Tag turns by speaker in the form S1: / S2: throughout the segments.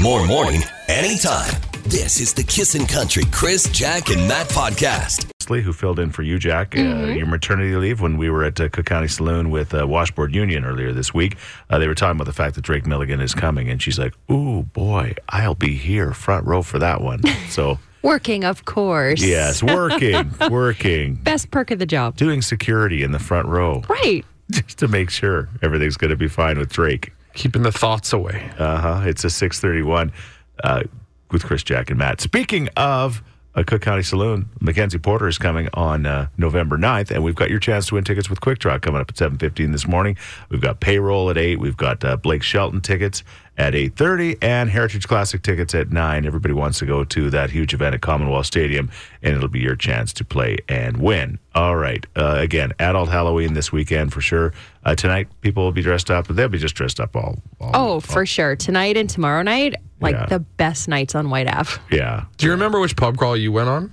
S1: more morning, anytime. This is the Kissin' Country Chris, Jack, and Matt podcast.
S2: Leslie, who filled in for you, Jack, uh, your maternity leave when we were at uh, Cook County Saloon with uh, Washboard Union earlier this week. Uh, they were talking about the fact that Drake Milligan is coming, and she's like, "Ooh, boy, I'll be here, front row for that one." So
S3: Working, of course.
S2: yes, working, working,
S3: Best perk of the job.
S2: doing security in the front row
S3: Right.
S2: just to make sure everything's going to be fine with Drake.
S4: Keeping the thoughts away.
S2: Uh huh. It's a six thirty one uh, with Chris, Jack, and Matt. Speaking of. A Cook County Saloon. Mackenzie Porter is coming on uh, November 9th, and we've got your chance to win tickets with Quick Draw coming up at 7.15 this morning. We've got payroll at 8. We've got uh, Blake Shelton tickets at 8.30 and Heritage Classic tickets at 9. Everybody wants to go to that huge event at Commonwealth Stadium, and it'll be your chance to play and win. All right. Uh, again, adult Halloween this weekend for sure. Uh, tonight, people will be dressed up, but they'll be just dressed up all, all
S3: Oh, for sure. Tonight and tomorrow night, like
S2: Yeah.
S3: the best nights on White Ave.
S2: Yeah.
S4: Do you remember which pub crawl you went on?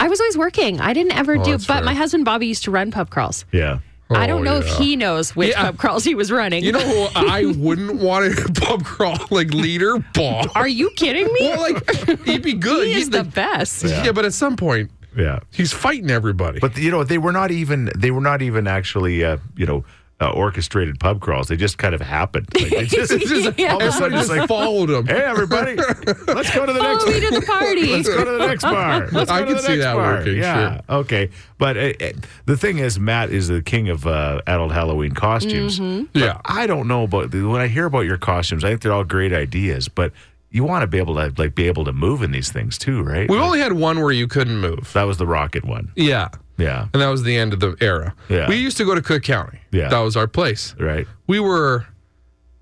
S3: I was always working. I didn't ever do, but
S4: Oh, that's fair.
S3: my husband Bobby used to run pub crawls.
S2: Yeah.
S3: I don't
S4: Oh,
S3: know
S4: yeah.
S3: if he knows which
S4: Yeah.
S3: pub crawls he was running.
S4: You know who I wouldn't want a pub crawl like leader? Bob.
S3: Are you kidding me?
S4: Well, like he'd be good.
S3: he is
S4: He'd
S3: the
S4: be-
S3: best.
S4: yeah. but at some point
S2: Yeah.
S4: he's fighting everybody.
S2: But you know, they were not even they were not even actually uh, you know uh, orchestrated pub crawls. They just kind of happened. Like, they just,
S4: It's just-
S2: All of a
S4: everyone
S2: sudden, it's
S4: just
S2: like,
S4: followed him.
S2: hey everybody, let's go to the
S3: Follow
S2: next.
S3: me to the party.
S2: Let's go to the next bar. Let's
S4: I
S2: go to
S4: could
S2: the
S4: see
S2: next
S4: that
S2: bar.
S4: working,
S2: Yeah.
S4: sure.
S2: Okay. But uh, uh, the thing is, Matt is the king of uh, adult Halloween costumes.
S4: yeah.
S2: I don't know about when I hear about your costumes. I think they're all great ideas, but you want to be able to like be able to move in these things too, right?
S4: We only had one where you couldn't move.
S2: that was the rocket one.
S4: Yeah.
S2: Yeah.
S4: And that was the end of the era.
S2: Yeah.
S4: We used to go to Cook County.
S2: Yeah.
S4: That was our place.
S2: Right.
S4: We were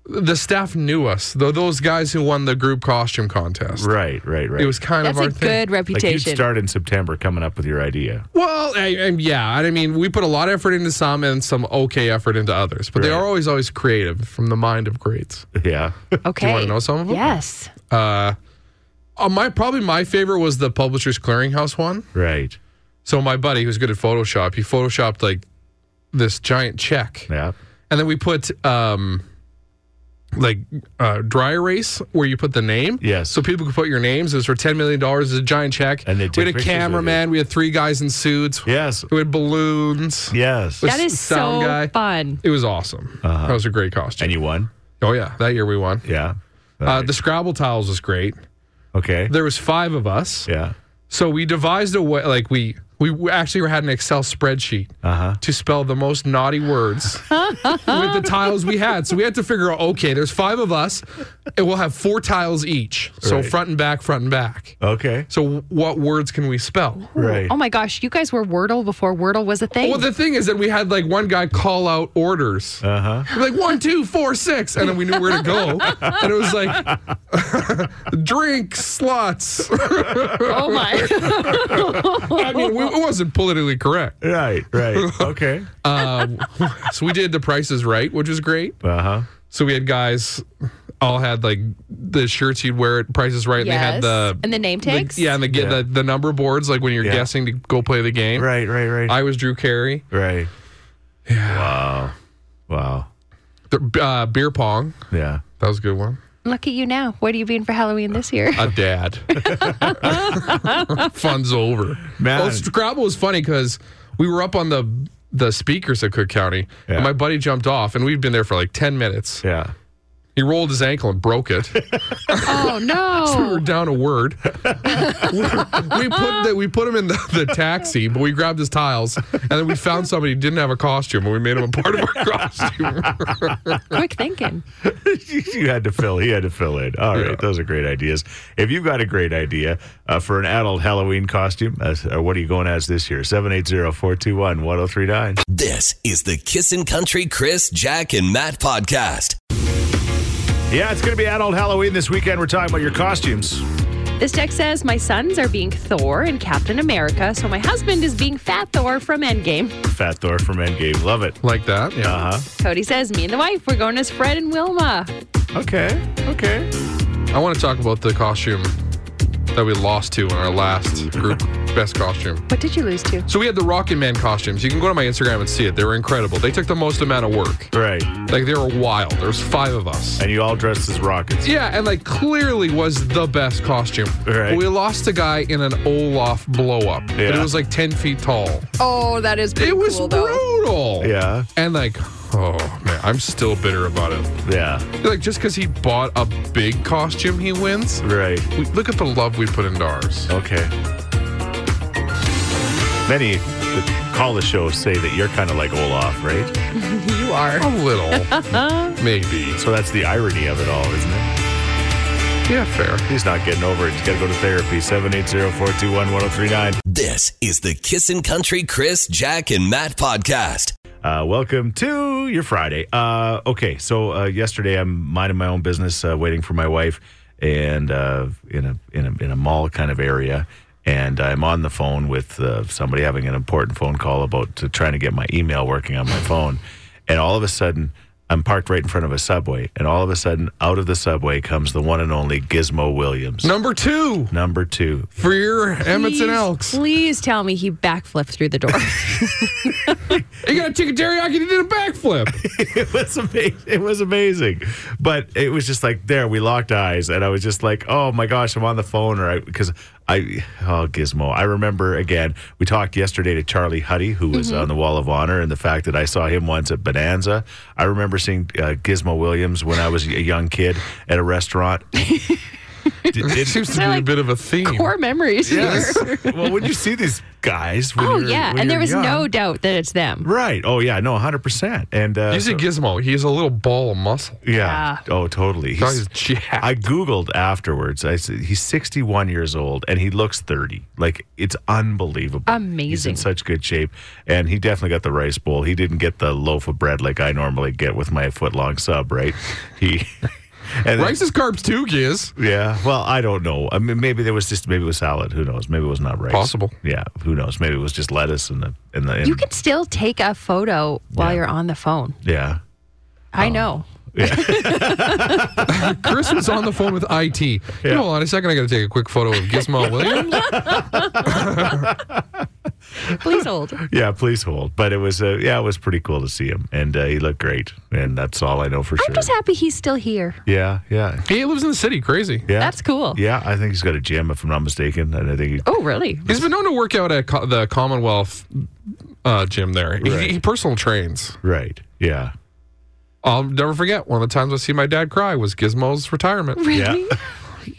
S4: the staff knew us. Though those guys who won the group costume contest.
S2: Right. Right. Right.
S4: It was kind
S3: That's
S4: of
S3: a
S4: our thing.
S3: good
S2: Like you
S3: reputation.
S2: start in September coming up with your idea.
S4: Well, I, I, yeah, I mean, we put a lot of effort into some and some okay effort into others, but they
S2: Right.
S4: are always, always creative from the mind of greats.
S2: Yeah.
S3: okay.
S4: wanna know some of them?
S3: Yes.
S4: Uh, my probably my favorite was the Publishers Clearinghouse one.
S2: right.
S4: So my buddy who's good at Photoshop, he photoshopped like this giant check,
S2: Yeah.
S4: and then we put um, like uh, dry erase where you put the name.
S2: Yes.
S4: So people could put your names. It was for ten million dollars. It's a giant check.
S2: And they
S4: we
S2: took
S4: had a
S2: pictures with it.
S4: cameraman. We had three guys in suits.
S2: Yes.
S4: We had balloons.
S2: Yes.
S4: With
S3: That is so
S4: sound guy.
S3: fun.
S4: It was awesome. That was a great costume.
S2: Uh-huh. And you won.
S4: oh yeah, that year we won.
S2: Yeah.
S4: Uh, the Scrabble tiles was great.
S2: Okay.
S4: There was five of us,
S2: yeah.
S4: so we devised a way. Like we we actually had an Excel spreadsheet
S2: Uh-huh.
S4: to spell the most naughty words with the tiles we had. So we had to figure out. Okay, there's five of us, and we'll have four tiles each. So
S2: Right.
S4: front and back, front and back.
S2: Okay.
S4: So what words can we spell?
S2: Right.
S3: Oh my gosh, you guys were Wordle before Wordle was a thing.
S4: Well, the thing is that we had like one guy call out orders. Uh
S2: Uh-huh.
S4: huh. Like one, two, four, six, and then we knew where to go. and it was like, drink sluts.
S3: oh my.
S4: I mean, we, it wasn't politically correct.
S2: Right. Right. Okay.
S4: Um, so we did the prices right, which was great.
S2: Uh huh.
S4: So we had guys all had like the shirts you'd wear at prices right, and they
S3: Yes.
S4: had the
S3: And the name
S4: the-
S3: tags?
S4: yeah, and the,
S2: Yeah.
S4: The, the number boards like when you're
S2: Yeah.
S4: guessing to go play the game.
S2: Right. Right. Right.
S4: I was Drew Carey.
S2: right. Yeah. Wow.
S4: The, uh, beer pong.
S2: Wow. Yeah.
S4: That was a good one.
S3: Look at you now. What are you being for Halloween this year?
S4: a dad. Fun's over.
S2: Man.
S4: Well, Scrabble was funny because we were up on the the speakers at Cook County,
S2: Yeah.
S4: and my buddy jumped off, and we'd been there for like ten minutes.
S2: Yeah.
S4: He rolled his ankle and broke it.
S3: oh
S4: we were
S3: no.
S4: down a word. we put the, we put him in the, the taxi, but we grabbed his tiles, and then we found somebody who didn't have a costume, and we made him a part of our costume.
S3: Quick thinking.
S2: you had to fill. He had to fill in. All right,
S4: Yeah.
S2: those are great ideas. If you've got a great idea uh, for an adult Halloween costume, uh, or what are you going as this year? 780-421-1039.
S1: This is the Kissin' Country Chris, Jack, and Matt podcast.
S2: Yeah, it's going to be adult Halloween this weekend. We're talking about your costumes.
S3: This text says my sons are being Thor and Captain America, so my husband is being Fat Thor from Endgame.
S2: Fat Thor from Endgame. Love it.
S4: like that, yeah.
S2: Uh
S3: Cody says me and the wife we're going as Fred and Wilma.
S2: huh. Okay. Okay.
S4: I want to talk about the costume that we lost to in our last group best costume.
S3: What did you lose to?
S4: So we had the Rocket Man costumes. You can go to my Instagram and see it. They were incredible. They took the most amount of work.
S2: Right.
S4: Like they were wild. There's five of us.
S2: And you all dressed as rockets.
S4: Yeah, and like clearly was the best costume.
S2: Right.
S4: But we lost a guy in an Olaf blow up. But
S2: Yeah.
S4: it was like 10 feet tall.
S5: Oh, that is pretty
S4: It was
S5: cool, though.
S4: brutal.
S2: Yeah.
S4: And like, oh man, I'm still bitter about it.
S2: Yeah.
S4: Like just because he bought a big costume, he wins.
S2: Right.
S4: We, look at the love we put into ours.
S2: Okay. Many that call the show say that you're kind of like Olaf, right?
S5: You are.
S4: A little, maybe.
S2: So that's the irony of it all, isn't it?
S4: Yeah, fair.
S2: He's not getting over it. He's got to go to therapy. 780 421 1039.
S1: This is the Kissin' Country Chris, Jack, and Matt podcast.
S2: Uh, welcome to your Friday. Uh, okay, so uh, yesterday I'm minding my own business, uh, waiting for my wife, and uh, in a in a in a mall kind of area, and I'm on the phone with uh, somebody having an important phone call about to trying to get my email working on my phone, and all of a sudden I'm parked right in front of a subway, and all of a sudden out of the subway comes the one and only Gizmo Williams,
S4: Number two
S2: number two.
S4: for your Emmets and Elks.
S3: Please tell me he backflipped through the door.
S4: You got a chicken teriyaki. You did a backflip.
S2: it was amazing. It was amazing, but it was just like there we locked eyes, and I was just like, oh my gosh, I'm on the phone, or I because I oh Gizmo, I remember again. We talked yesterday to Charlie Huddy, who was
S3: Mm-hmm.
S2: on the Wall of Honor, and the fact that I saw him once at Bonanza. I remember seeing uh, Gizmo Williams when I was a young kid at a restaurant. Did-
S4: It
S2: did-
S4: seems to be
S3: They're
S4: a
S3: like
S4: bit of a theme.
S3: Core memories
S2: yes.
S3: here.
S2: well, when you see these guys, when
S3: Oh,
S2: you're-
S3: yeah.
S2: when
S3: And there
S2: you're
S3: was no
S2: young-
S3: doubt that it's them.
S2: right. Oh yeah, no, hundred percent. And uh,
S4: You see
S2: so-
S4: Gizmo. He is a little ball of muscle.
S2: yeah. Oh, totally.
S4: Dog
S2: He's-
S4: is jacked.
S2: I googled afterwards. I said he's 61 years old and he looks 30. Like it's unbelievable. He's in
S3: Amazing.
S2: such good shape, and he definitely got the rice bowl. He didn't get the loaf of bread like I normally get with my foot long sub, right? He and
S4: Rice is carbs too, Giz.
S2: yeah. Well, I don't know. I mean, maybe there was just maybe it was salad. Who knows? Maybe it was not rice.
S4: Possible.
S2: Yeah. Who knows? Maybe it was just lettuce and the and the and,
S3: You can still take a photo while
S2: Yeah. Oh.
S3: you're on the phone.
S2: yeah.
S3: I know.
S4: Chris was on the phone with IT. You know, hold on a second. I got to take a quick photo of Gizmo Williams.
S3: Please hold.
S2: Yeah, please hold. But it was, uh, yeah, it was pretty cool to see him, and uh, he looked great, and that's all I know for sure.
S3: I'm just happy he's still here.
S2: yeah, yeah,
S4: He lives in the city. Crazy.
S2: yeah.
S3: That's cool.
S2: Yeah, I think he's got a gym, if I'm not mistaken. And I think he,
S3: Oh, really?
S4: He's been known to work out at co- the Commonwealth uh, gym there. He-
S2: Right.
S4: He, personal trains.
S2: right. Yeah.
S4: I'll never forget one of the times I see my dad cry was Gizmo's retirement.
S3: Really?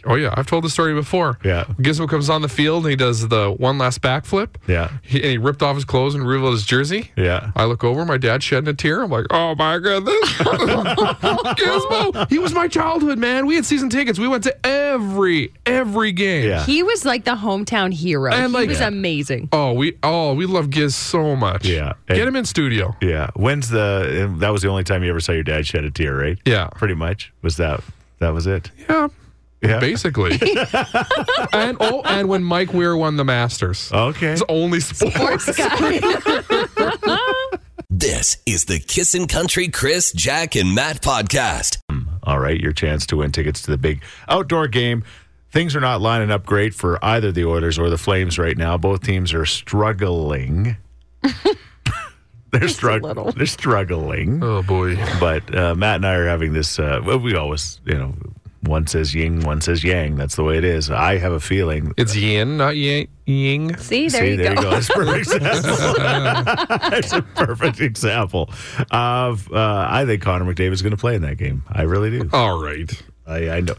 S4: Oh yeah, I've told the story before.
S2: Yeah.
S4: Gizmo comes on the field and he does the one last backflip.
S2: Yeah.
S4: He, and he ripped off his clothes and revealed his jersey.
S2: Yeah.
S4: I look over, my dad shedding a tear. I'm like, oh my goodness. Gizmo, he was my childhood, man. We had season tickets. We went to every, every game.
S2: Yeah.
S3: He was like the hometown hero.
S4: And, like-
S3: he was amazing.
S4: Oh, we oh we love Giz so much.
S2: Yeah.
S4: Get him in studio.
S2: Yeah. When's the? and That was the only time you ever saw your dad shed a tear, right?
S4: Yeah.
S2: Pretty much was that. That was it.
S4: Yeah.
S2: Yeah.
S4: Basically. and oh, and when Mike Weir won the Masters.
S2: Okay.
S4: It's only sports.
S1: This is the Kissin' Country Chris, Jack, and Matt podcast.
S2: All right, your chance to win tickets to the big outdoor game. Things are not lining up great for either the Oilers or the Flames right now. Both teams are struggling. they're struggling. They're struggling.
S4: Oh boy.
S2: But uh, Matt and I are having this. Uh, well, we always, you know, one says yin, one says yang. That's the way it is. I have a feeling.
S4: It's yin, not yang. Ying.
S3: See, there,
S2: See,
S3: you,
S2: there
S3: go.
S2: you go. That's a perfect example. That's a perfect example of. Uh, I think Connor McDavid's going to play in that game. I really do.
S4: All right.
S2: I, I know.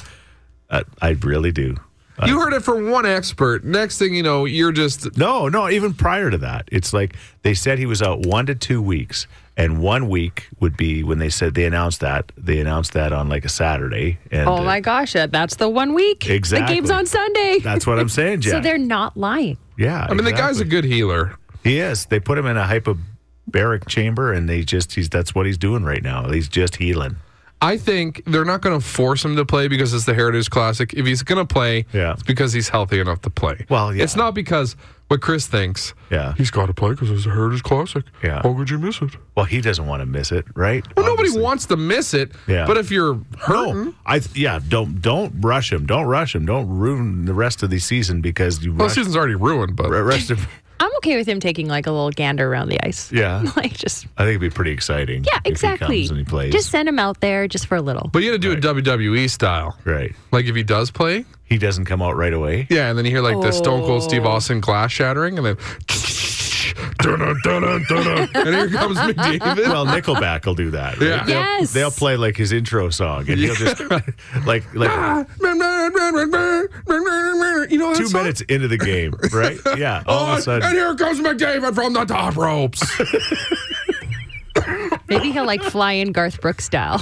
S2: I, I really do.
S4: You heard it from one expert. Next thing you know, you're just
S2: No, no, even prior to that. It's like they said he was out one to two weeks, and one week would be when they said they announced that. They announced that on like a Saturday. And
S3: Oh
S2: uh,
S3: my gosh, that- that's the one week.
S2: Exactly.
S3: The game's on Sunday.
S2: That's what I'm saying, Jack.
S3: So they're not lying.
S2: yeah.
S4: I mean, the guy's a good healer.
S2: He is. They put him in a hyperbaric chamber, and they just, he's that's what he's doing right now. He's just healing.
S4: I think they're not going to force him to play because it's the Heritage Classic. If he's going to play,
S2: Yeah.
S4: it's because he's healthy enough to play.
S2: Well, yeah.
S4: It's not because what Chris thinks.
S2: Yeah.
S4: He's got to play because it's a Heritage Classic.
S2: Yeah.
S4: How could you miss it?
S2: Well, he doesn't want to miss it, right?
S4: Well, nobody
S2: Obviously.
S4: wants to miss it.
S2: Yeah.
S4: But if you're hurting,
S2: No, I th- yeah. Don't don't rush him. Don't rush him. Don't ruin the rest of the season because you
S4: well, the
S2: rush,
S4: season's already ruined. But
S2: r- rest of
S3: I'm okay with him taking like a little gander around the ice.
S2: yeah.
S3: Like just
S2: I think it'd be pretty exciting.
S3: yeah,
S2: if he
S3: exactly.
S2: comes and he plays.
S3: Just send him out there just for a little.
S4: but you got to do it WWE style.
S2: right.
S4: Like if he does play,
S2: He doesn't come out right away.
S4: yeah, and then you hear like the Stone Cold Steve Austin glass shattering, and then dun-dun, dun-dun, dun-dun, and here comes McDavid.
S2: Well, Nickelback will do that. right?
S4: Yeah.
S2: They'll-
S3: Yes.
S2: They'll, play like his intro song, and he'll just like like
S4: You know that
S2: two
S4: song? Oh,
S2: minutes into the game, right? Yeah. All of a
S4: And
S2: sudden,
S4: here comes McDavid from the top ropes.
S3: Maybe he'll like fly in Garth Brooks style.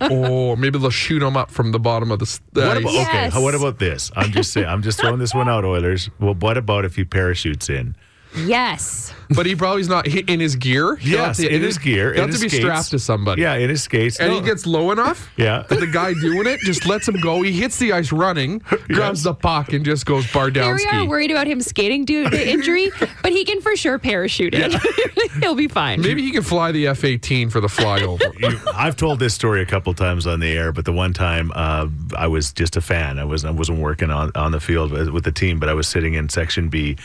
S4: oh, maybe they'll shoot him up from the bottom of the. s- the
S2: what
S4: ice.
S2: about, okay.
S3: Yes.
S2: how- What about this? I'm just saying. I'm just throwing this one out, Oilers. Well, what about if he parachutes in?
S3: yes.
S4: But he probably's not he- in his gear. He'll
S2: Yes,
S4: have to-
S2: in his gear,
S4: He'll
S2: in
S4: have to be
S2: his skates.
S4: strapped to somebody.
S2: Yeah, in his skates,
S4: And
S2: No.
S4: he gets low enough
S2: Yeah.
S4: that the guy doing it just lets him go. He hits the ice running, grabs the puck, and just goes bar
S3: Here
S4: down
S3: we are
S4: ski.
S3: worried about him skating due to injury, but he can for sure parachute in. he'll be fine.
S4: Maybe he can fly the F 18 for the flyover.
S2: You- I've told this story a couple times on the air, but the one time uh, I was just a fan. I was I wasn't working on, on the field with, with the team, but I was sitting in section B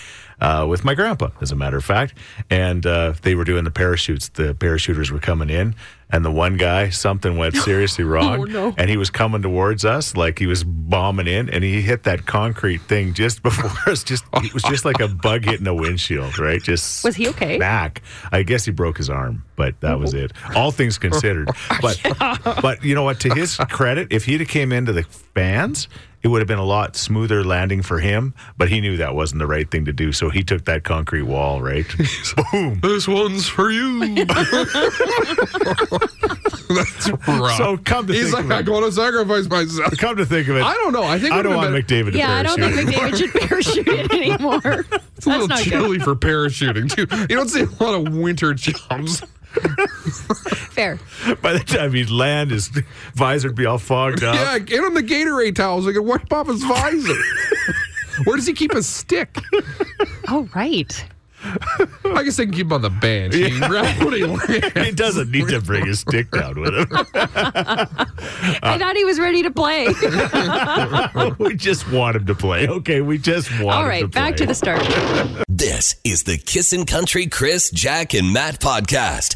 S2: uh, with my grandpa, as a matter of fact. And uh, they were doing the parachutes. The parachuters were coming in, and the one guy something went seriously wrong,
S3: no.
S2: and he was coming towards us like he was bombing in, and he hit that concrete thing just before us. Just it was just like a bug hitting a windshield, right? Just
S3: Was he okay?
S2: back. I guess he broke his arm, but that was it. All things considered,
S3: Oh,
S2: but but you know what? To his credit, if he'd have came into the fans, it would have been a lot smoother landing for him. But he knew that wasn't the right thing to do, so he took that concrete wall. Right? Boom.
S4: this one's for you. That's rough.
S2: So come to
S4: He's
S2: think
S4: like,
S2: of it-
S4: I'm going to sacrifice myself.
S2: Come to think of it,
S4: I don't know. I think it
S2: I don't
S4: would've
S2: want
S4: been-
S2: McDavid to
S3: yeah, I don't
S2: parachute.
S3: think McDavid should parachute in anymore.
S4: It's a little
S3: That's not good.
S4: chilly for parachuting, too. You don't see a lot of winter jumps.
S3: Fair.
S2: By the time he'd land, his visor would be all fogged up.
S4: Yeah, get him the Gatorade towels. I can wipe off his visor. Where does he keep his stick?
S3: Oh, right.
S4: I guess they can keep him on the bench. He can grab what he
S2: He
S4: lands.
S2: doesn't need to bring his stick down with him. Uh,
S3: I thought he was ready to play.
S2: we just want him to play. Okay, we just want
S3: All
S2: him
S3: right,
S2: to play.
S3: back to the start.
S1: This is the Kissin' Country Chris, Jack, and Matt podcast.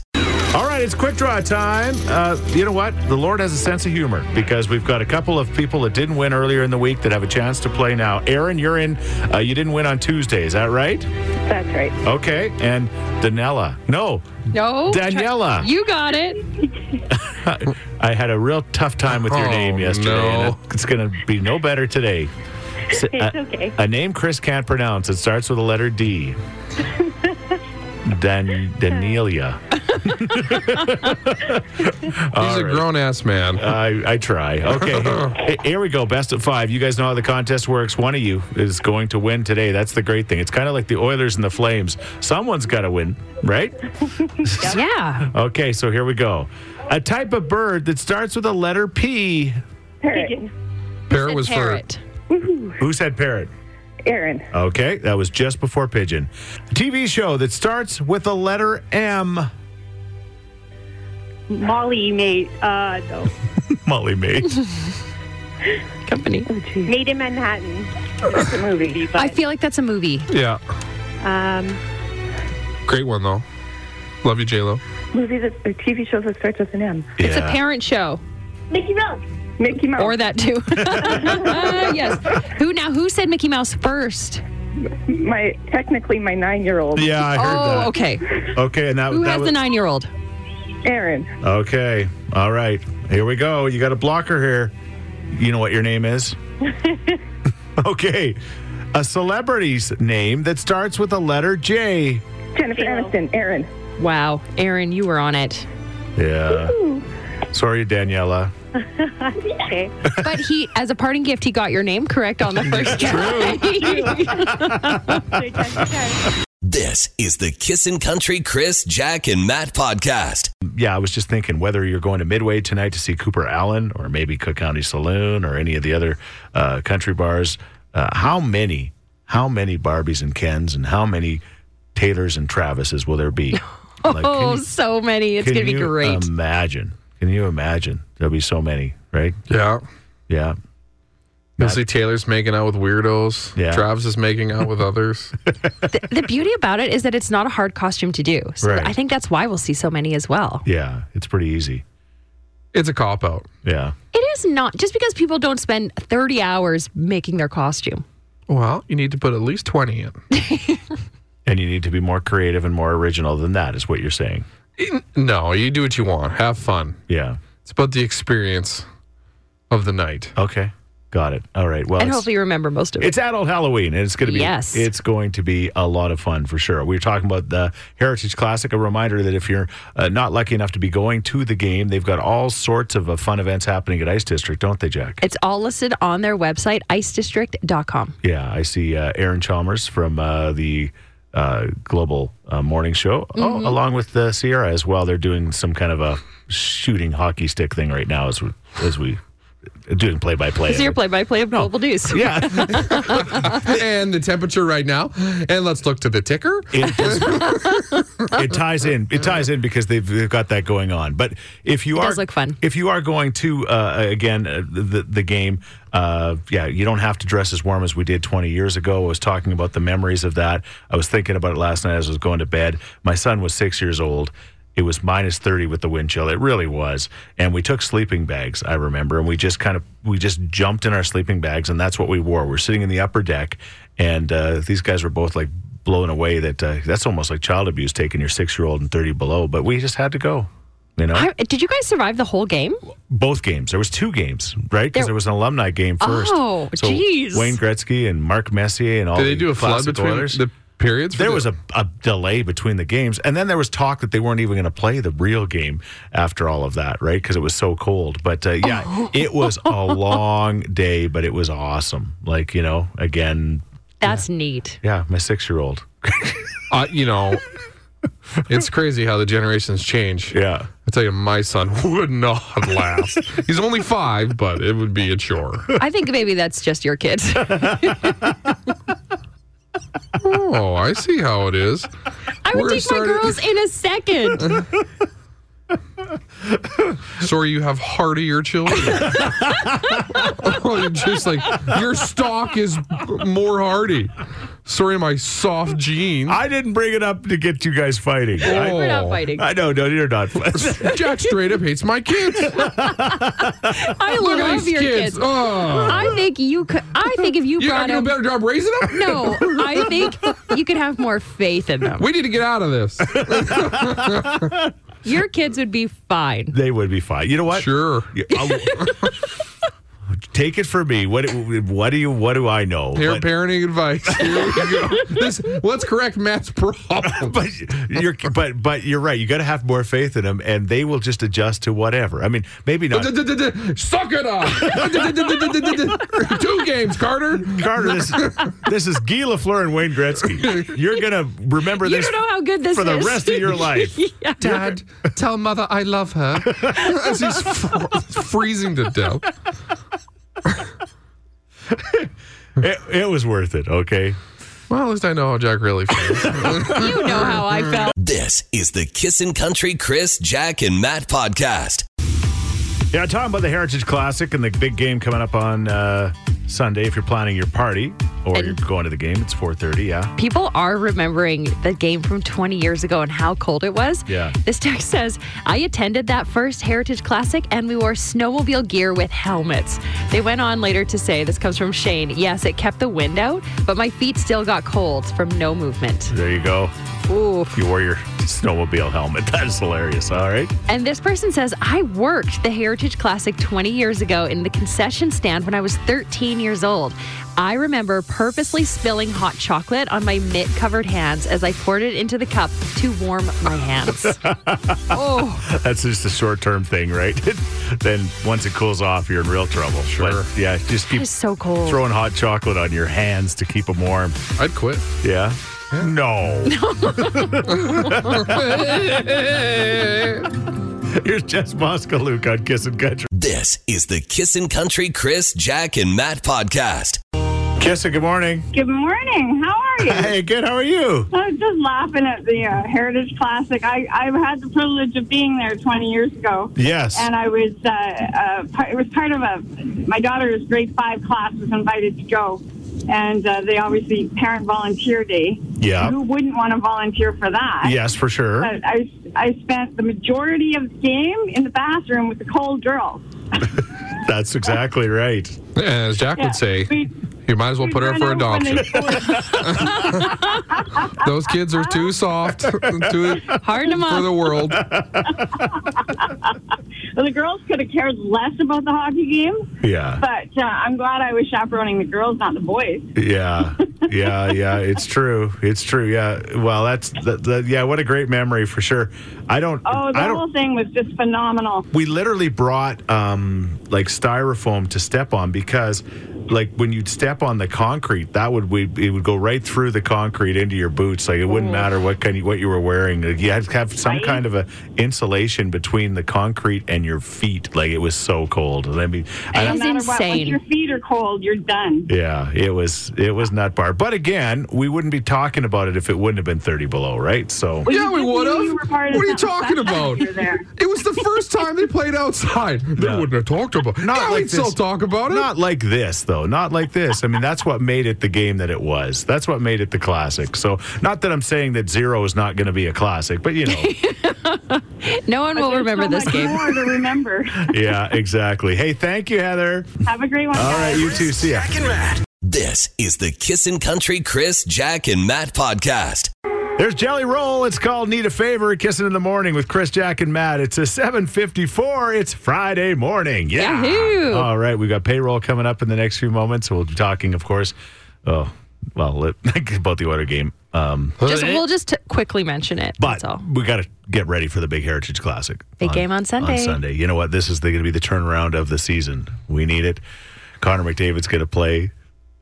S2: All right, it's quick draw time. Uh, you know what? The Lord has a sense of humor because we've got a couple of people that didn't win earlier in the week that have a chance to play now. Aaron, you're in. Uh, you didn't win on Tuesday, is that right?
S6: That's right.
S2: Okay. And Danella. No,
S3: No.
S2: Daniela.
S3: You got it.
S2: I had a real tough time with your
S4: Oh,
S2: name yesterday. and
S4: no.
S2: it's going to be no better today. S-
S6: It's
S2: a,
S6: okay.
S2: a name Chris can't pronounce. It starts with a letter D. Dan Danelia.
S4: He's a grown ass man.
S2: I, I try. Okay. H- Here we go. Best of five. You guys know how the contest works. One of you is going to win today. That's the great thing. It's kind of like the Oilers and the Flames. Someone's got to win, right?
S3: Yeah.
S2: Okay, so here we go. A type of bird that starts with a letter P.
S6: Parrot.
S4: Parrot was
S3: Parrot.
S2: Who said parrot?
S6: Aaron.
S2: Okay, that was just before pigeon. A TV show that starts with a letter M.
S6: Molly made uh no.
S2: Molly Mae.
S3: Company.
S6: Made in Manhattan. That's a movie, but
S3: I feel like that's a movie.
S4: for. Yeah.
S6: um
S4: Great one, though. Love you, JLo.
S7: movie that or TV show that starts with an M.
S3: It's a parent show.
S6: Mickey Mouse.
S7: Mickey Mouse.
S3: Or that too. yes. Who now who said Mickey Mouse first?
S7: my technically my nine year old
S2: Yeah, I heard
S3: oh,
S2: that.
S3: okay.
S2: Okay, and that,
S3: Who
S2: that
S3: has
S2: was
S3: the nine year old?
S7: Aaron.
S2: Okay. All right. Here we go. You got a blocker here. You know what your name is? okay. A celebrity's name that starts with a letter J.
S7: Jennifer
S6: J-Lo.
S7: Aniston. Aaron.
S3: Wow. Aaron, you were on it.
S2: Yeah. Sorry, Daniela.
S6: Okay.
S3: But he as a parting gift he got your name correct on the first try.
S6: Good time, good time.
S1: This is the Kissin' Country Chris, Jack, and Matt podcast.
S2: Yeah, I was just thinking whether you're going to Midway tonight to see Cooper Allen or maybe Cook County Saloon or any of the other uh, country bars. Uh, how many? how many Barbies and Kens and how many Taylors and Travises will there be? Like, can
S3: Oh,
S2: you-
S3: so many. It's
S2: can
S3: going to be
S2: you um,
S3: great.
S2: Imagine. Can you imagine? There'll be so many, right?
S4: Yeah.
S2: Yeah.
S4: You'll see Taylor's making out with weirdos.
S2: Yeah.
S4: Travis is making out with others.
S3: the beauty about it is that it's not a hard costume to do. So
S2: Right.
S3: I think that's why we'll see so many as well.
S2: Yeah. It's pretty easy.
S4: It's a cop out.
S2: Yeah.
S3: It is not just because people don't spend 30 hours making their costume.
S4: Well, you need to put at least 20 in.
S2: And you need to be more creative and more original than that, is what you're saying.
S4: In- No, you do what you want. Have fun.
S2: Yeah.
S4: It's about the experience of the night.
S2: Okay. Got it. All right. Well,
S3: and
S2: it's-
S3: hopefully you remember most of it.
S2: It's adult Halloween, and it's going to be
S3: Yes.
S2: it's going to be a lot of fun for sure. We were talking about the Heritage Classic. A reminder that if you're uh, not lucky enough to be going to the game, they've got all sorts of uh, fun events happening at Ice District, don't they, Jack?
S3: It's all listed on their website, icedistrict.com.
S2: Yeah, I see uh, Aaron Chalmers from uh, the uh, Global uh, Morning Show,
S3: Mm-hmm.
S2: oh, along with uh, Sierra as well. They're doing some kind of a shooting hockey stick thing right now as we as we doing play by play.
S3: It's your play by play of global news.
S2: Yeah.
S4: and the temperature right now. And let's look to the ticker.
S2: It, it ties in. It ties in because they've, they've got that going on. But if you are
S3: does look fun.
S2: if you are going to uh, again uh, the the game, uh, yeah, you don't have to dress as warm as we did 20 years ago. I was talking about the memories of that. I was thinking about it last night as I was going to bed. My son was six years old. It was minus 30 with the wind chill. It really was. And we took sleeping bags, I remember, and we just kind of we just jumped in our sleeping bags and that's what we wore. We're sitting in the upper deck and uh, these guys were both like blown away that uh, that's almost like child abuse taking your 6-year-old and 30 below, but we just had to go. You know,
S3: I- did you guys survive the whole game?
S2: both games. There was two games, right? Because
S3: There-
S2: there was an alumni game first.
S3: Oh,
S2: So
S3: jeez.
S2: Wayne Gretzky and Mark Messier and all.
S4: Did they
S2: the
S4: do a flood
S2: classic
S4: between
S2: Oilers.
S4: the periods? for
S2: There
S4: the-
S2: was a, a delay between the games, and then there was talk that they weren't even going to play the real game after all of that, right? Because it was so cold. But uh,
S3: Oh.
S2: yeah, it was a long day, but it was awesome. Like you know, again,
S3: That's neat.
S2: yeah, my six-year-old.
S4: uh, you know, it's crazy how the generations change.
S2: Yeah.
S4: I tell you, my son would not last. He's only five, but it would be a chore.
S3: I think maybe that's just your kids.
S4: Oh, I see how it is.
S3: I would
S4: We're
S3: take my
S4: starting-
S3: girls in a second.
S4: Sorry, you have heartier children. Oh, You're just like your stock is more hardy. Sorry, my soft genes.
S2: I didn't bring it up to get you guys fighting.
S3: We're
S2: I,
S4: Oh.
S3: not fighting.
S2: I know, no, you're not.
S4: Jack straight up hates my kids. Look
S3: I
S4: at
S3: love
S4: these
S3: your
S4: kids.
S3: kids.
S4: Oh.
S3: I think you could. I think if you
S4: You're not
S3: brought
S4: doing
S3: them,
S4: a better job raising them?
S3: no, I think you could have more faith in them.
S4: We need to get out of this.
S3: Your kids would be fine.
S2: they would be fine. You know what?
S4: Sure.
S2: Yeah, I'll- Take it from me. What what do you what do I know?
S4: Hair
S2: But-
S4: parenting advice. Here we go. This, let's correct Matt's problem.
S2: but you're but but you're right. You got to have more faith in them, and they will just adjust to whatever. I mean, maybe not.
S4: Suck it up. Two games, Carter.
S2: Carter, this, this is Guy Lafleur and Wayne Gretzky. You're gonna remember
S3: You
S2: this
S3: don't know how good this
S2: for the
S3: is.
S2: rest of your life.
S4: Dad, tell mother I love her. As he's fr- freezing to death.
S2: It, it was worth it. Okay.
S4: Well, at least I know how Jack really feels.
S3: You know how I felt.
S1: This is the Kissin' Country Chris, Jack, and Matt podcast.
S2: Yeah, talking about the Heritage Classic and the big game coming up on uh, Sunday. If you're planning your party or
S3: And-
S2: you're going to the game, it's 4:30. Yeah.
S3: People are remembering the game from 20 years ago and how cold it was.
S2: Yeah.
S3: This text says, I attended that first Heritage Classic and we wore snowmobile gear with helmets. They went on later to say, this comes from Shane, yes, it kept the wind out, but my feet still got cold from no movement.
S2: There you go.
S3: Ooh.
S2: You wore your snowmobile helmet. That is hilarious. All right.
S3: And this person says, I worked the Heritage Classic 20 years ago in the concession stand when I was 13 years old. I remember purposely spilling hot chocolate on my mitt covered hands as I poured it into the cup to warm my hands. oh,
S2: That's just a short term thing, right? then once it cools off, you're in real trouble. Sure. yeah, just
S3: it
S2: keep
S3: was so cold.
S2: throwing hot chocolate on your hands to keep them warm.
S4: I'd quit.
S2: Yeah. No. Here's Jess Moskaluk on Kiss and Country.
S1: This is the Kissin' Country Chris, Jack, and Matt podcast.
S2: Kissa, good morning.
S8: Good morning. How are you?
S2: Hey, good. How are you?
S8: I was just laughing at the uh, Heritage Classic. I, I've had the privilege of being there 20 years ago.
S2: Yes.
S8: And I was, uh, uh, part, it was part of a, my daughter's grade five class was invited to go. And uh, they obviously parent volunteer day.
S2: Yeah.
S8: Who wouldn't want to volunteer for that?
S2: Yes, for sure.
S8: But I, I spent the majority of the game in the bathroom with the cold girls.
S2: That's exactly right.
S4: As Jack
S8: Yeah,
S4: would say,
S8: we-
S4: you might as well put her up for
S8: When I- when
S4: adoption.
S8: they scored-
S4: Those kids are too soft too,
S3: Hard them
S4: for the
S3: up.
S4: world.
S8: Well, the girls could have cared less about the hockey game,
S2: Yeah.
S8: but uh, I'm glad I was chaperoning the girls, not the boys.
S2: Yeah. Yeah. Yeah. It's true. It's true. Yeah. Well, that's that, that, yeah. What a great memory for sure. I don't.
S8: Oh, the
S2: I don't.
S8: whole thing was just phenomenal.
S2: we literally brought um, like styrofoam to step on because like when you'd step on the concrete that would we it would go right through the concrete into your boots like it wouldn't matter what kind of, what you were wearing Like, you had to have some
S8: Right.
S2: kind of a insulation between the concrete and your feet like it was so cold I mean I
S3: It
S8: No
S3: was
S8: matter what, once
S3: insane.
S8: your feet are cold, you're done.
S2: yeah it was it was nut bar but again we wouldn't be talking about it if it wouldn't have been 30 below right so
S4: Yeah, we
S8: didn't
S4: would
S8: mean you were
S4: have.
S8: part of
S4: What are you
S8: something
S4: talking
S8: special
S4: about?
S8: when you were there.
S4: It was the first time they played outside. They
S2: No.
S4: wouldn't have talked about it.
S2: Not
S4: yeah,
S2: like
S4: we'd still
S2: this.
S4: talk about it.
S2: Not like this, though. Not like this. I mean, that's what made it the game that it was. That's what made it the classic. So, not that I'm saying that zero is not going to be a classic, but you know,
S3: No one will
S8: There's
S3: remember
S8: so
S3: this
S8: much
S3: game.
S8: More to remember.
S2: yeah, exactly. Hey, thank you, Heather.
S8: Have a great one.
S2: All right,
S8: guys.
S2: you too. See ya.
S1: Jack and Matt. This is the Kissin' Country Chris, Jack, and Matt podcast.
S2: There's Jelly Roll. It's called Need a Favor. Kissing in the morning with Chris, Jack, and Matt. It's a 7:54. It's Friday morning. Yeah.
S3: Yahoo.
S2: All right, we've got payroll coming up in the next few moments. We'll be talking, of course. Oh, well, about the other game. Um,
S3: Just, we'll just t- quickly mention it.
S2: But
S3: that's all.
S2: we got to get ready for the big Heritage Classic.
S3: Big game on Sunday.
S2: Sunday. You know what? This is going to be the turnaround of the season. We need it. Connor McDavid's going to play.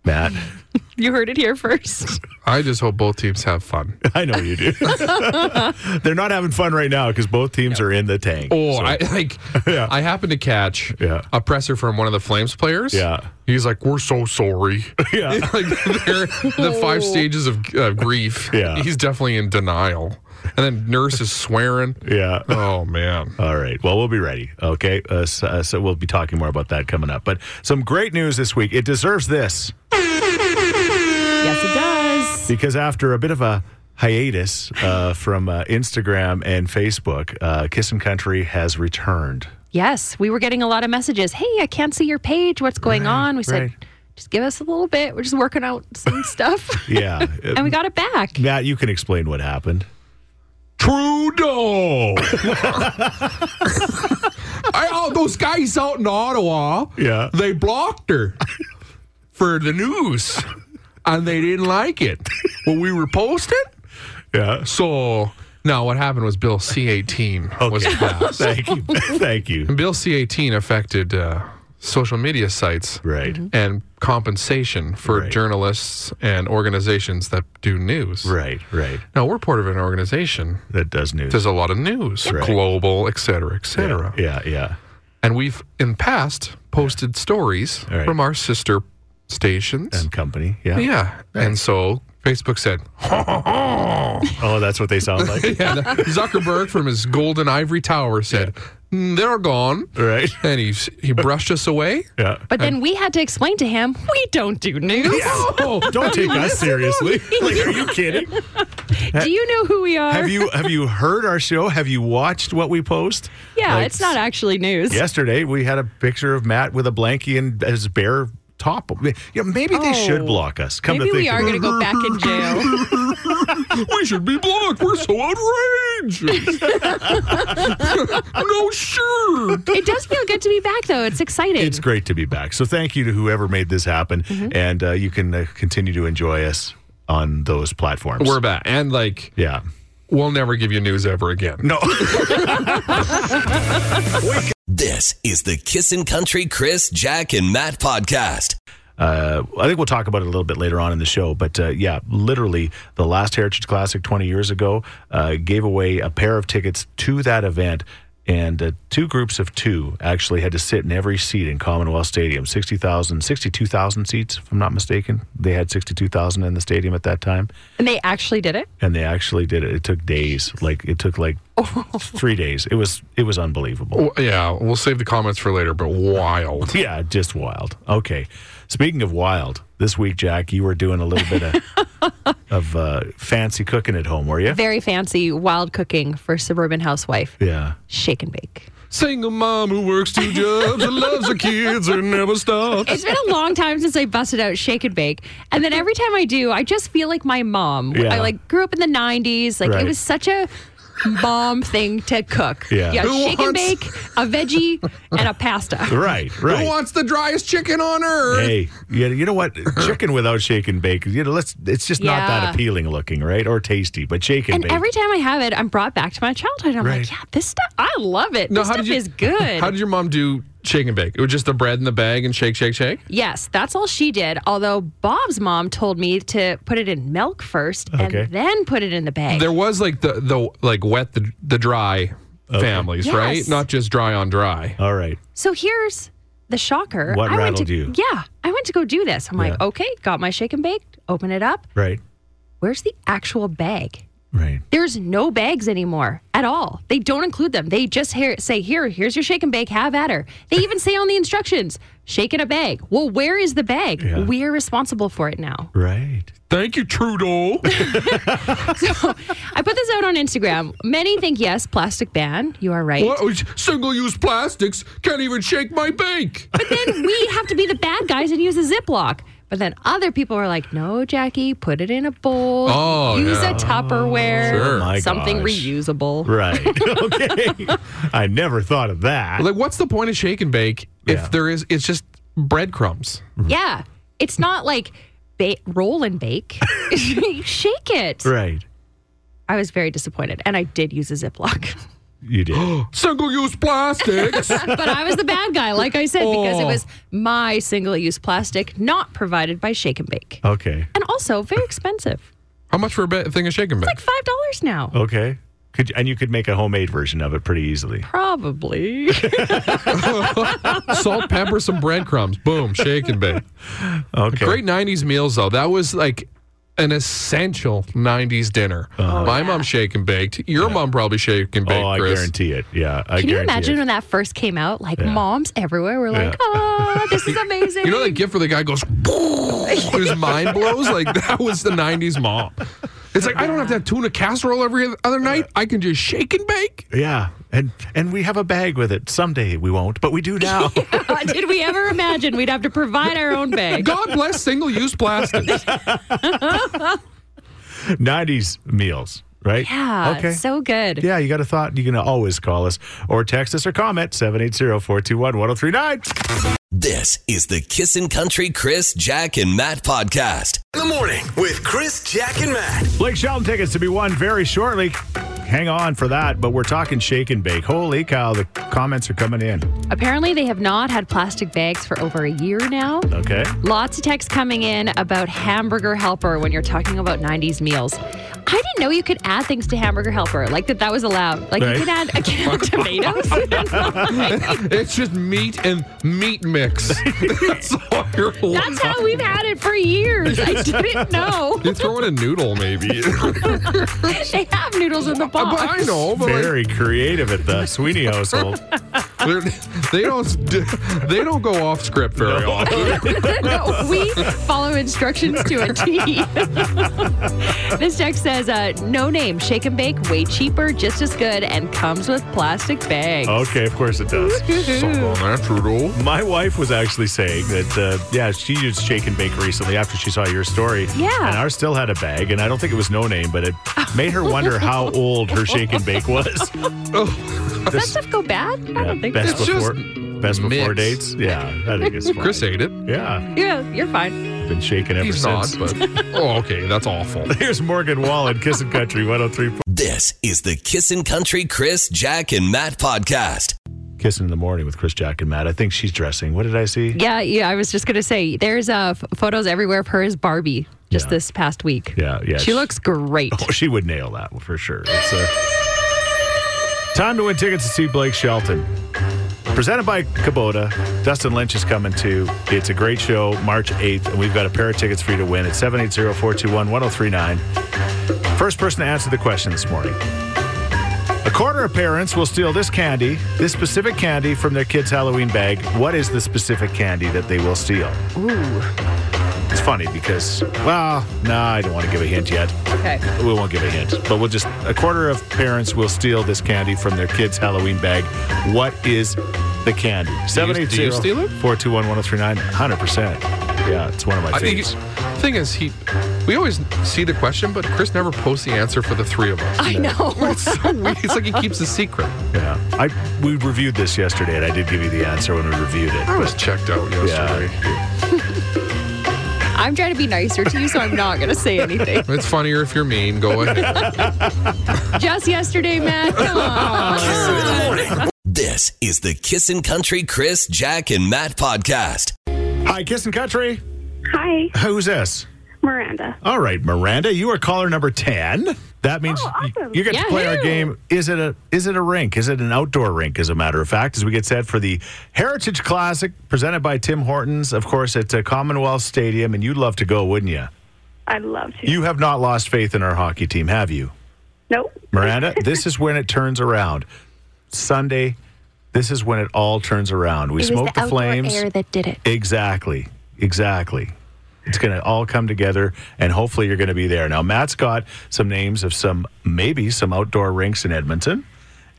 S2: Matt,
S3: You heard it here first.
S4: I just hope both teams have fun.
S2: I know you do. They're not having fun right now because both teams are in the tank.
S4: Oh,
S2: So-
S4: I like.
S2: Yeah.
S4: I happened to catch
S2: Yeah.
S4: a presser from one of the Flames players.
S2: Yeah.
S4: he's like, "We're so sorry."
S2: yeah.
S4: like they're, the five stages of uh, grief.
S2: Yeah.
S4: he's definitely in denial, and then nurse is swearing.
S2: Yeah.
S4: Oh man.
S2: All right. Well, we'll be ready. Okay. Uh, so, uh, so we'll be talking more about that coming up. But some great news this week. It deserves this.
S3: yes, it does.
S2: because after a bit of a hiatus uh, from uh, Instagram and Facebook, uh, Kissin' Country has returned.
S3: Yes, we were getting a lot of messages. Hey, I can't see your page. What's going on? We said,
S2: right.
S3: just give us a little bit. We're just working out some stuff.
S2: Yeah. Uh,
S3: and we got it back.
S2: Matt, you can explain what happened.
S4: Trudeau. I, oh, those guys out in Ottawa.
S2: Yeah.
S4: They blocked her for the news, and they didn't like it. Well, we were posted.
S2: Yeah.
S4: So now what happened was Bill C eighteen was passed.
S2: Thank you. Thank you.
S4: Bill C eighteen affected uh, social media sites
S2: Right.
S4: and compensation for
S2: Right.
S4: journalists and organizations that do news.
S2: Right. Right.
S4: Now we're part of an organization.
S2: That does news.
S4: There's a lot of news,
S2: Right.
S4: global, et cetera, et
S2: yeah.
S4: cetera.
S2: yeah. Yeah.
S4: And we've in past posted stories
S2: All right.
S4: from our sister stations.
S2: And company. Yeah.
S4: yeah. And so Facebook said,
S2: Oh, that's what they sound like.
S4: Yeah, Zuckerberg from his golden ivory tower said, "Mm, "They're gone,"
S2: right.
S4: and he he brushed us away.
S2: Yeah.
S3: But then we had to explain to him, we don't do news.
S4: Oh,
S2: Don't take us seriously. Like, are you kidding?
S3: Do you know who we are?
S2: Have you have you heard our show? Have you watched what we post?
S3: yeah,
S2: Like,
S3: it's not actually news.
S2: Yesterday, we had a picture of Matt with a blankie and his bare top. You know, maybe they should
S3: Oh.
S2: block us. Come
S3: Maybe
S2: to think
S3: we are
S2: of
S3: going
S2: it.
S3: to go back in jail.
S4: we should be blocked. We're so outrageous. no shirt.
S3: it does feel good to be back, though. It's exciting.
S2: It's great to be back. So thank you to whoever made this happen,
S3: Mm-hmm.
S2: and uh, you can uh, continue to enjoy us on those platforms.
S4: We're back, and like
S2: yeah.
S4: we'll never give you news ever again.
S2: No.
S1: This is the Kissin' Country Chris, Jack, and Matt podcast.
S2: Uh, I think we'll talk about it a little bit later on in the show, but uh, yeah, literally the last Heritage Classic 20 years ago uh, gave away a pair of tickets to that event. And uh, two groups of two actually had to sit in every seat in Commonwealth Stadium 60,000, 62,000 seats, if I'm not mistaken. They had 62,000 in the stadium at that time.
S3: And they actually did it?
S2: And they actually did it. It took days. Like, it took like three days. It was, it was unbelievable.
S4: W- Yeah, we'll save the comments for later, but wild.
S2: Yeah, just wild. Okay. Speaking of wild, this week, Jack, you were doing a little bit of, of uh, fancy cooking at home, were you?
S3: Very fancy wild cooking for suburban housewife.
S2: Yeah.
S3: Shake and bake.
S4: Single mom who works two jobs and loves her kids and never stops.
S3: It's been a long time since I busted out shake and bake. And then every time I do, I just feel like my mom.
S2: Yeah.
S3: I like grew up in the 90s. Like
S2: Right.
S3: it was such a bomb thing to cook.
S2: Yeah.
S3: yeah
S4: Who
S3: shake and
S4: wants-
S3: bake, a veggie, and a pasta.
S2: Right, right.
S4: Who wants the driest chicken on earth?
S2: Hey, you, you know what? Chicken without shake and bake, you know, let's, it's just not
S3: Yeah.
S2: that appealing looking, right? Or tasty, but shake and,
S3: And
S2: bake.
S3: every time I have it, I'm brought back to my childhood. I'm
S2: Right.
S3: like, yeah, this stuff, I love it. this stuff is good.
S4: How did your mom do shake and bake? It was just the bread in the bag and shake, shake, shake.
S3: Yes, that's all she did. Although Bob's mom told me to put it in milk first
S2: Okay.
S3: and then put it in the bag.
S4: There was like the the like wet the the dry families,
S3: Yes.
S4: right? Not just dry on dry.
S2: All right.
S3: so here's the shocker.
S2: What
S3: I went
S2: rattled
S3: to,
S2: you?
S3: Yeah, I went to go do this. I'm like,
S2: Yeah.
S3: okay, got my shake and bake, open it up.
S2: Right.
S3: Where's the actual bag?
S2: Right.
S3: There's no bags anymore at all. They don't include them. They just hear, say, here, here's your shake and bake, have at her. They even say on the instructions, shake in a bag. Well, where is the bag?
S2: Yeah.
S3: We're responsible for it now.
S2: Right.
S4: Thank you, Trudeau.
S3: So I put this out on Instagram. Many think yes, plastic ban. You are right.
S4: what? Single use plastics can't even shake my bake.
S3: But then we have to be the bad guys and use a Ziploc. But then other people are like, no, Jackie, put it in a bowl.
S4: Oh,
S3: use
S4: yeah.
S3: a Tupperware.
S4: Sure.
S2: My
S3: something
S2: gosh.
S3: reusable.
S2: Right. okay. I never thought of that.
S4: Like, what's the point of shake and bake if
S2: Yeah.
S4: there is? It's just breadcrumbs.
S3: Yeah. It's not like ba- roll and bake. You Shake it.
S2: Right.
S3: I was very disappointed. And I did use a Ziploc.
S2: You did.
S4: Single use plastics.
S3: but I was the bad guy, like I said, because it
S4: Oh.
S3: was my single use plastic not provided by Shake and Bake.
S2: okay.
S3: And also very expensive.
S4: How much for a ba- thing of shake and bake?
S3: like five dollars now.
S2: Okay. Could and you could make a homemade version of it pretty easily.
S3: Probably.
S4: Salt, pepper, some breadcrumbs. Boom, shake and bake.
S2: Okay.
S4: Great 90s meals, though. That was like an essential 90s dinner. My mom shake and baked. Your mom probably shake and baked,
S2: Oh, I
S4: Chris.
S2: guarantee it. Yeah, I
S3: Can you
S2: guarantee
S3: imagine
S2: it.
S3: when that first came out? Like
S2: Yeah.
S3: moms everywhere were like,
S2: Yeah.
S3: "Oh, this is amazing."
S4: You know that gift where the guy goes, his mind blows? Like, that was the 90s mom. It's like, I don't have to have tuna casserole every other night. I can just shake and bake.
S2: Yeah, and and we have a bag with it. Someday we won't, but we do now.
S3: Did we ever imagine we'd have to provide our own bag?
S4: God bless single use plastics.
S2: 90s meals, right?
S3: Yeah,
S2: Okay.
S3: so good.
S2: yeah, you got a thought? You can always call us or text us or comment 780-421-1039.
S1: This is the Kissin' Country Chris, Jack, and Matt podcast.
S9: In the morning with Chris, Jack, and Matt.
S2: Blake Shelton tickets to be won very shortly. Hang on for that, but we're talking shake and bake. Holy cow, the comments are coming in.
S3: Apparently, they have not had plastic bags for over a year now.
S2: Okay.
S3: Lots of texts coming in about hamburger helper when you're talking about 90s meals. I didn't know you could add things to hamburger helper, like that that was allowed. Like
S2: Right.
S3: you could add a can of tomatoes.
S4: It's just meat and meat mix. That's all you're
S3: That's how we've had it for years. I didn't know.
S4: You throw in a noodle, maybe.
S3: they have noodles in the box.
S4: But I know, but like,
S2: Very creative at the Sweeney household.
S4: They're, they don't they don't go off script very often.
S3: no, we follow instructions to a T. this text says, uh, no name, shake and bake, way cheaper, just as good, and comes with plastic bags.
S2: Okay, of course it does.
S4: Natural.
S2: My wife was actually saying that, uh, yeah, she used Shake and Bake recently after she saw your story.
S3: Yeah.
S2: And ours still had a bag, and I don't think it was no name, but it made her wonder how old her Shake and Bake was.
S3: Does that stuff go bad? I
S2: Yeah,
S3: don't think
S2: best
S3: so.
S4: It's just
S2: before, best before
S4: mix.
S2: dates. Yeah, I think it's fine.
S4: Chris ate it.
S2: Yeah,
S3: Yeah, you're fine.
S2: been shaking ever
S4: He's not,
S2: since.
S4: but oh, okay, that's awful.
S2: Here's Morgan Wallen, Kissin' Country 103.
S1: This is the Kissin' Country Chris, Jack, and Matt podcast.
S2: Kissing in the morning with Chris, Jack, and Matt. I think she's dressing. What did I see?
S3: Yeah, yeah. I was just gonna say, there's uh, f- photos everywhere of her as Barbie just
S2: Yeah.
S3: this past week.
S2: Yeah, yeah.
S3: She looks great.
S2: Oh, she would nail that for sure. It's, uh, Time to win tickets to see Blake Shelton. Presented by Kubota. Dustin Lynch is coming too. It's a great show, March 8th, and we've got a pair of tickets for you to win at 780 421 1039. First person to answer the question this morning. A quarter of parents will steal this candy, this specific candy, from their kids' Halloween bag. What is the specific candy that they will steal? Ooh. It's funny because, well, no, I don't want to give a hint yet.
S5: Okay.
S2: We won't give a hint, but we'll just a quarter of parents will steal this candy from their kids' Halloween bag. What is the candy? Seven
S4: you-
S2: eight
S4: do you
S2: zero
S4: steal it?
S2: four two one one zero three nine. Hundred percent. Yeah, it's one of my
S4: I think
S2: favorites.
S4: it's, thing is he. We always see the question, but Chris never posts the answer for the three of us.
S5: I know.
S4: It's so weird. It's like he keeps a secret.
S2: yeah, I we reviewed this yesterday, and I did give you the answer when we reviewed it.
S4: I was checked out yesterday.
S5: I'm trying to be nicer to you, so I'm not going to say anything.
S4: It's funnier if you're mean. Go ahead.
S3: Just yesterday, Matt. Come on.
S9: Kiss in
S2: Oh,
S9: the morning.
S1: This is the Kissin' Country Chris, Jack, and Matt podcast.
S2: Hi, Kissing Country.
S6: Hi,
S2: Who's this?
S6: Miranda.
S2: All right, Miranda, you are caller number ten. That means
S6: Oh, awesome.
S2: you get to play our
S3: Yahoo.
S2: game. Is it a is it a rink? Is it an outdoor rink? As a matter of fact, as we get set for the Heritage Classic presented by Tim Hortons, of course, at uh, Commonwealth Stadium, and you'd love to go, wouldn't you?
S6: I'd love to.
S2: You have not lost faith in our hockey team, have you,
S6: nope.
S2: Miranda? this is when it turns around. Sunday, this is when it all turns around. We
S3: It was
S2: smoke
S3: the
S2: the,
S3: outdoor
S2: flames.
S3: air that did it.
S2: Exactly. Exactly. It's going to all come together, and hopefully, you're going to be there. Now, Matt's got some names of some, maybe some outdoor rinks in Edmonton,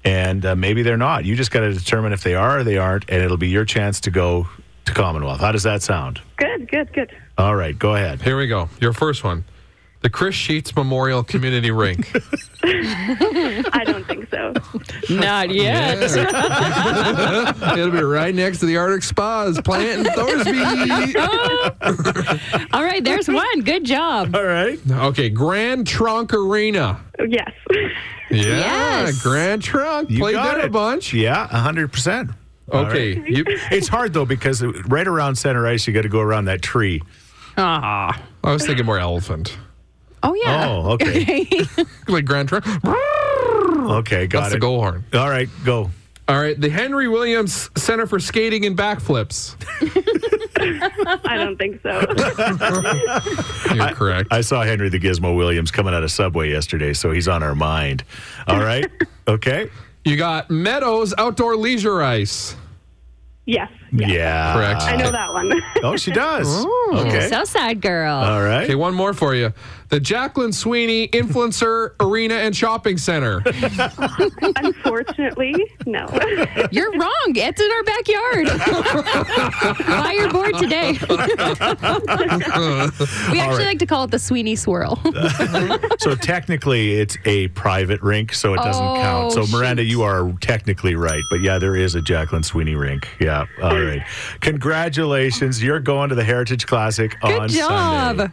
S2: and uh, maybe they're not. You just got to determine if they are or they aren't, and it'll be your chance to go to Commonwealth. How does that sound?
S6: Good, good, good.
S2: All right, go ahead.
S4: Here we go. Your first one. The Chris Sheets Memorial Community Rink.
S6: I don't think so.
S3: Not yet.
S4: Yeah. It'll be right next to the Arctic Spas plant in Thorsby.
S3: All right, there's one. Good job.
S2: All right.
S4: okay, Grand Trunk Arena.
S6: yes.
S4: Yeah,
S3: Yes.
S4: Grand Trunk.
S2: You
S4: Played
S2: got
S4: that
S2: it.
S4: a bunch.
S2: Yeah, 100%. All right.
S4: Okay, you,
S2: It's hard, though, because right around center ice, you got to go around that tree.
S4: I was thinking more elephant.
S3: Oh, yeah.
S2: Oh, okay.
S4: Like Grand Trunk.
S2: Okay, got
S4: That's
S2: it.
S4: the goal horn.
S2: All right, go.
S4: All right, the Henry Williams Center for Skating and Backflips.
S6: I don't think so.
S4: You're correct.
S2: I saw Henry the Gizmo Williams coming out of Subway yesterday, so he's on our mind. All right. Okay.
S4: you got Meadows Outdoor Leisure Ice.
S6: yes.
S2: Yeah.
S4: Correct.
S6: I know that one.
S2: Oh, she does. Okay.
S3: Southside girl.
S2: All
S4: Okay,
S2: right.
S4: one more for you. The Jacqueline Sweeney Influencer Arena and Shopping Center.
S6: Unfortunately, no.
S3: You're wrong. It's in our backyard. Buy your board today. we actually like to call it the Sweeney Swirl.
S2: So technically, it's a private rink, so it doesn't
S3: Oh,
S2: count. So Miranda,
S3: shoot.
S2: you are technically right, but yeah, there is a Jacqueline Sweeney rink. Yeah. All right. Congratulations, you're going to the Heritage Classic on
S3: Good job.
S2: Sunday.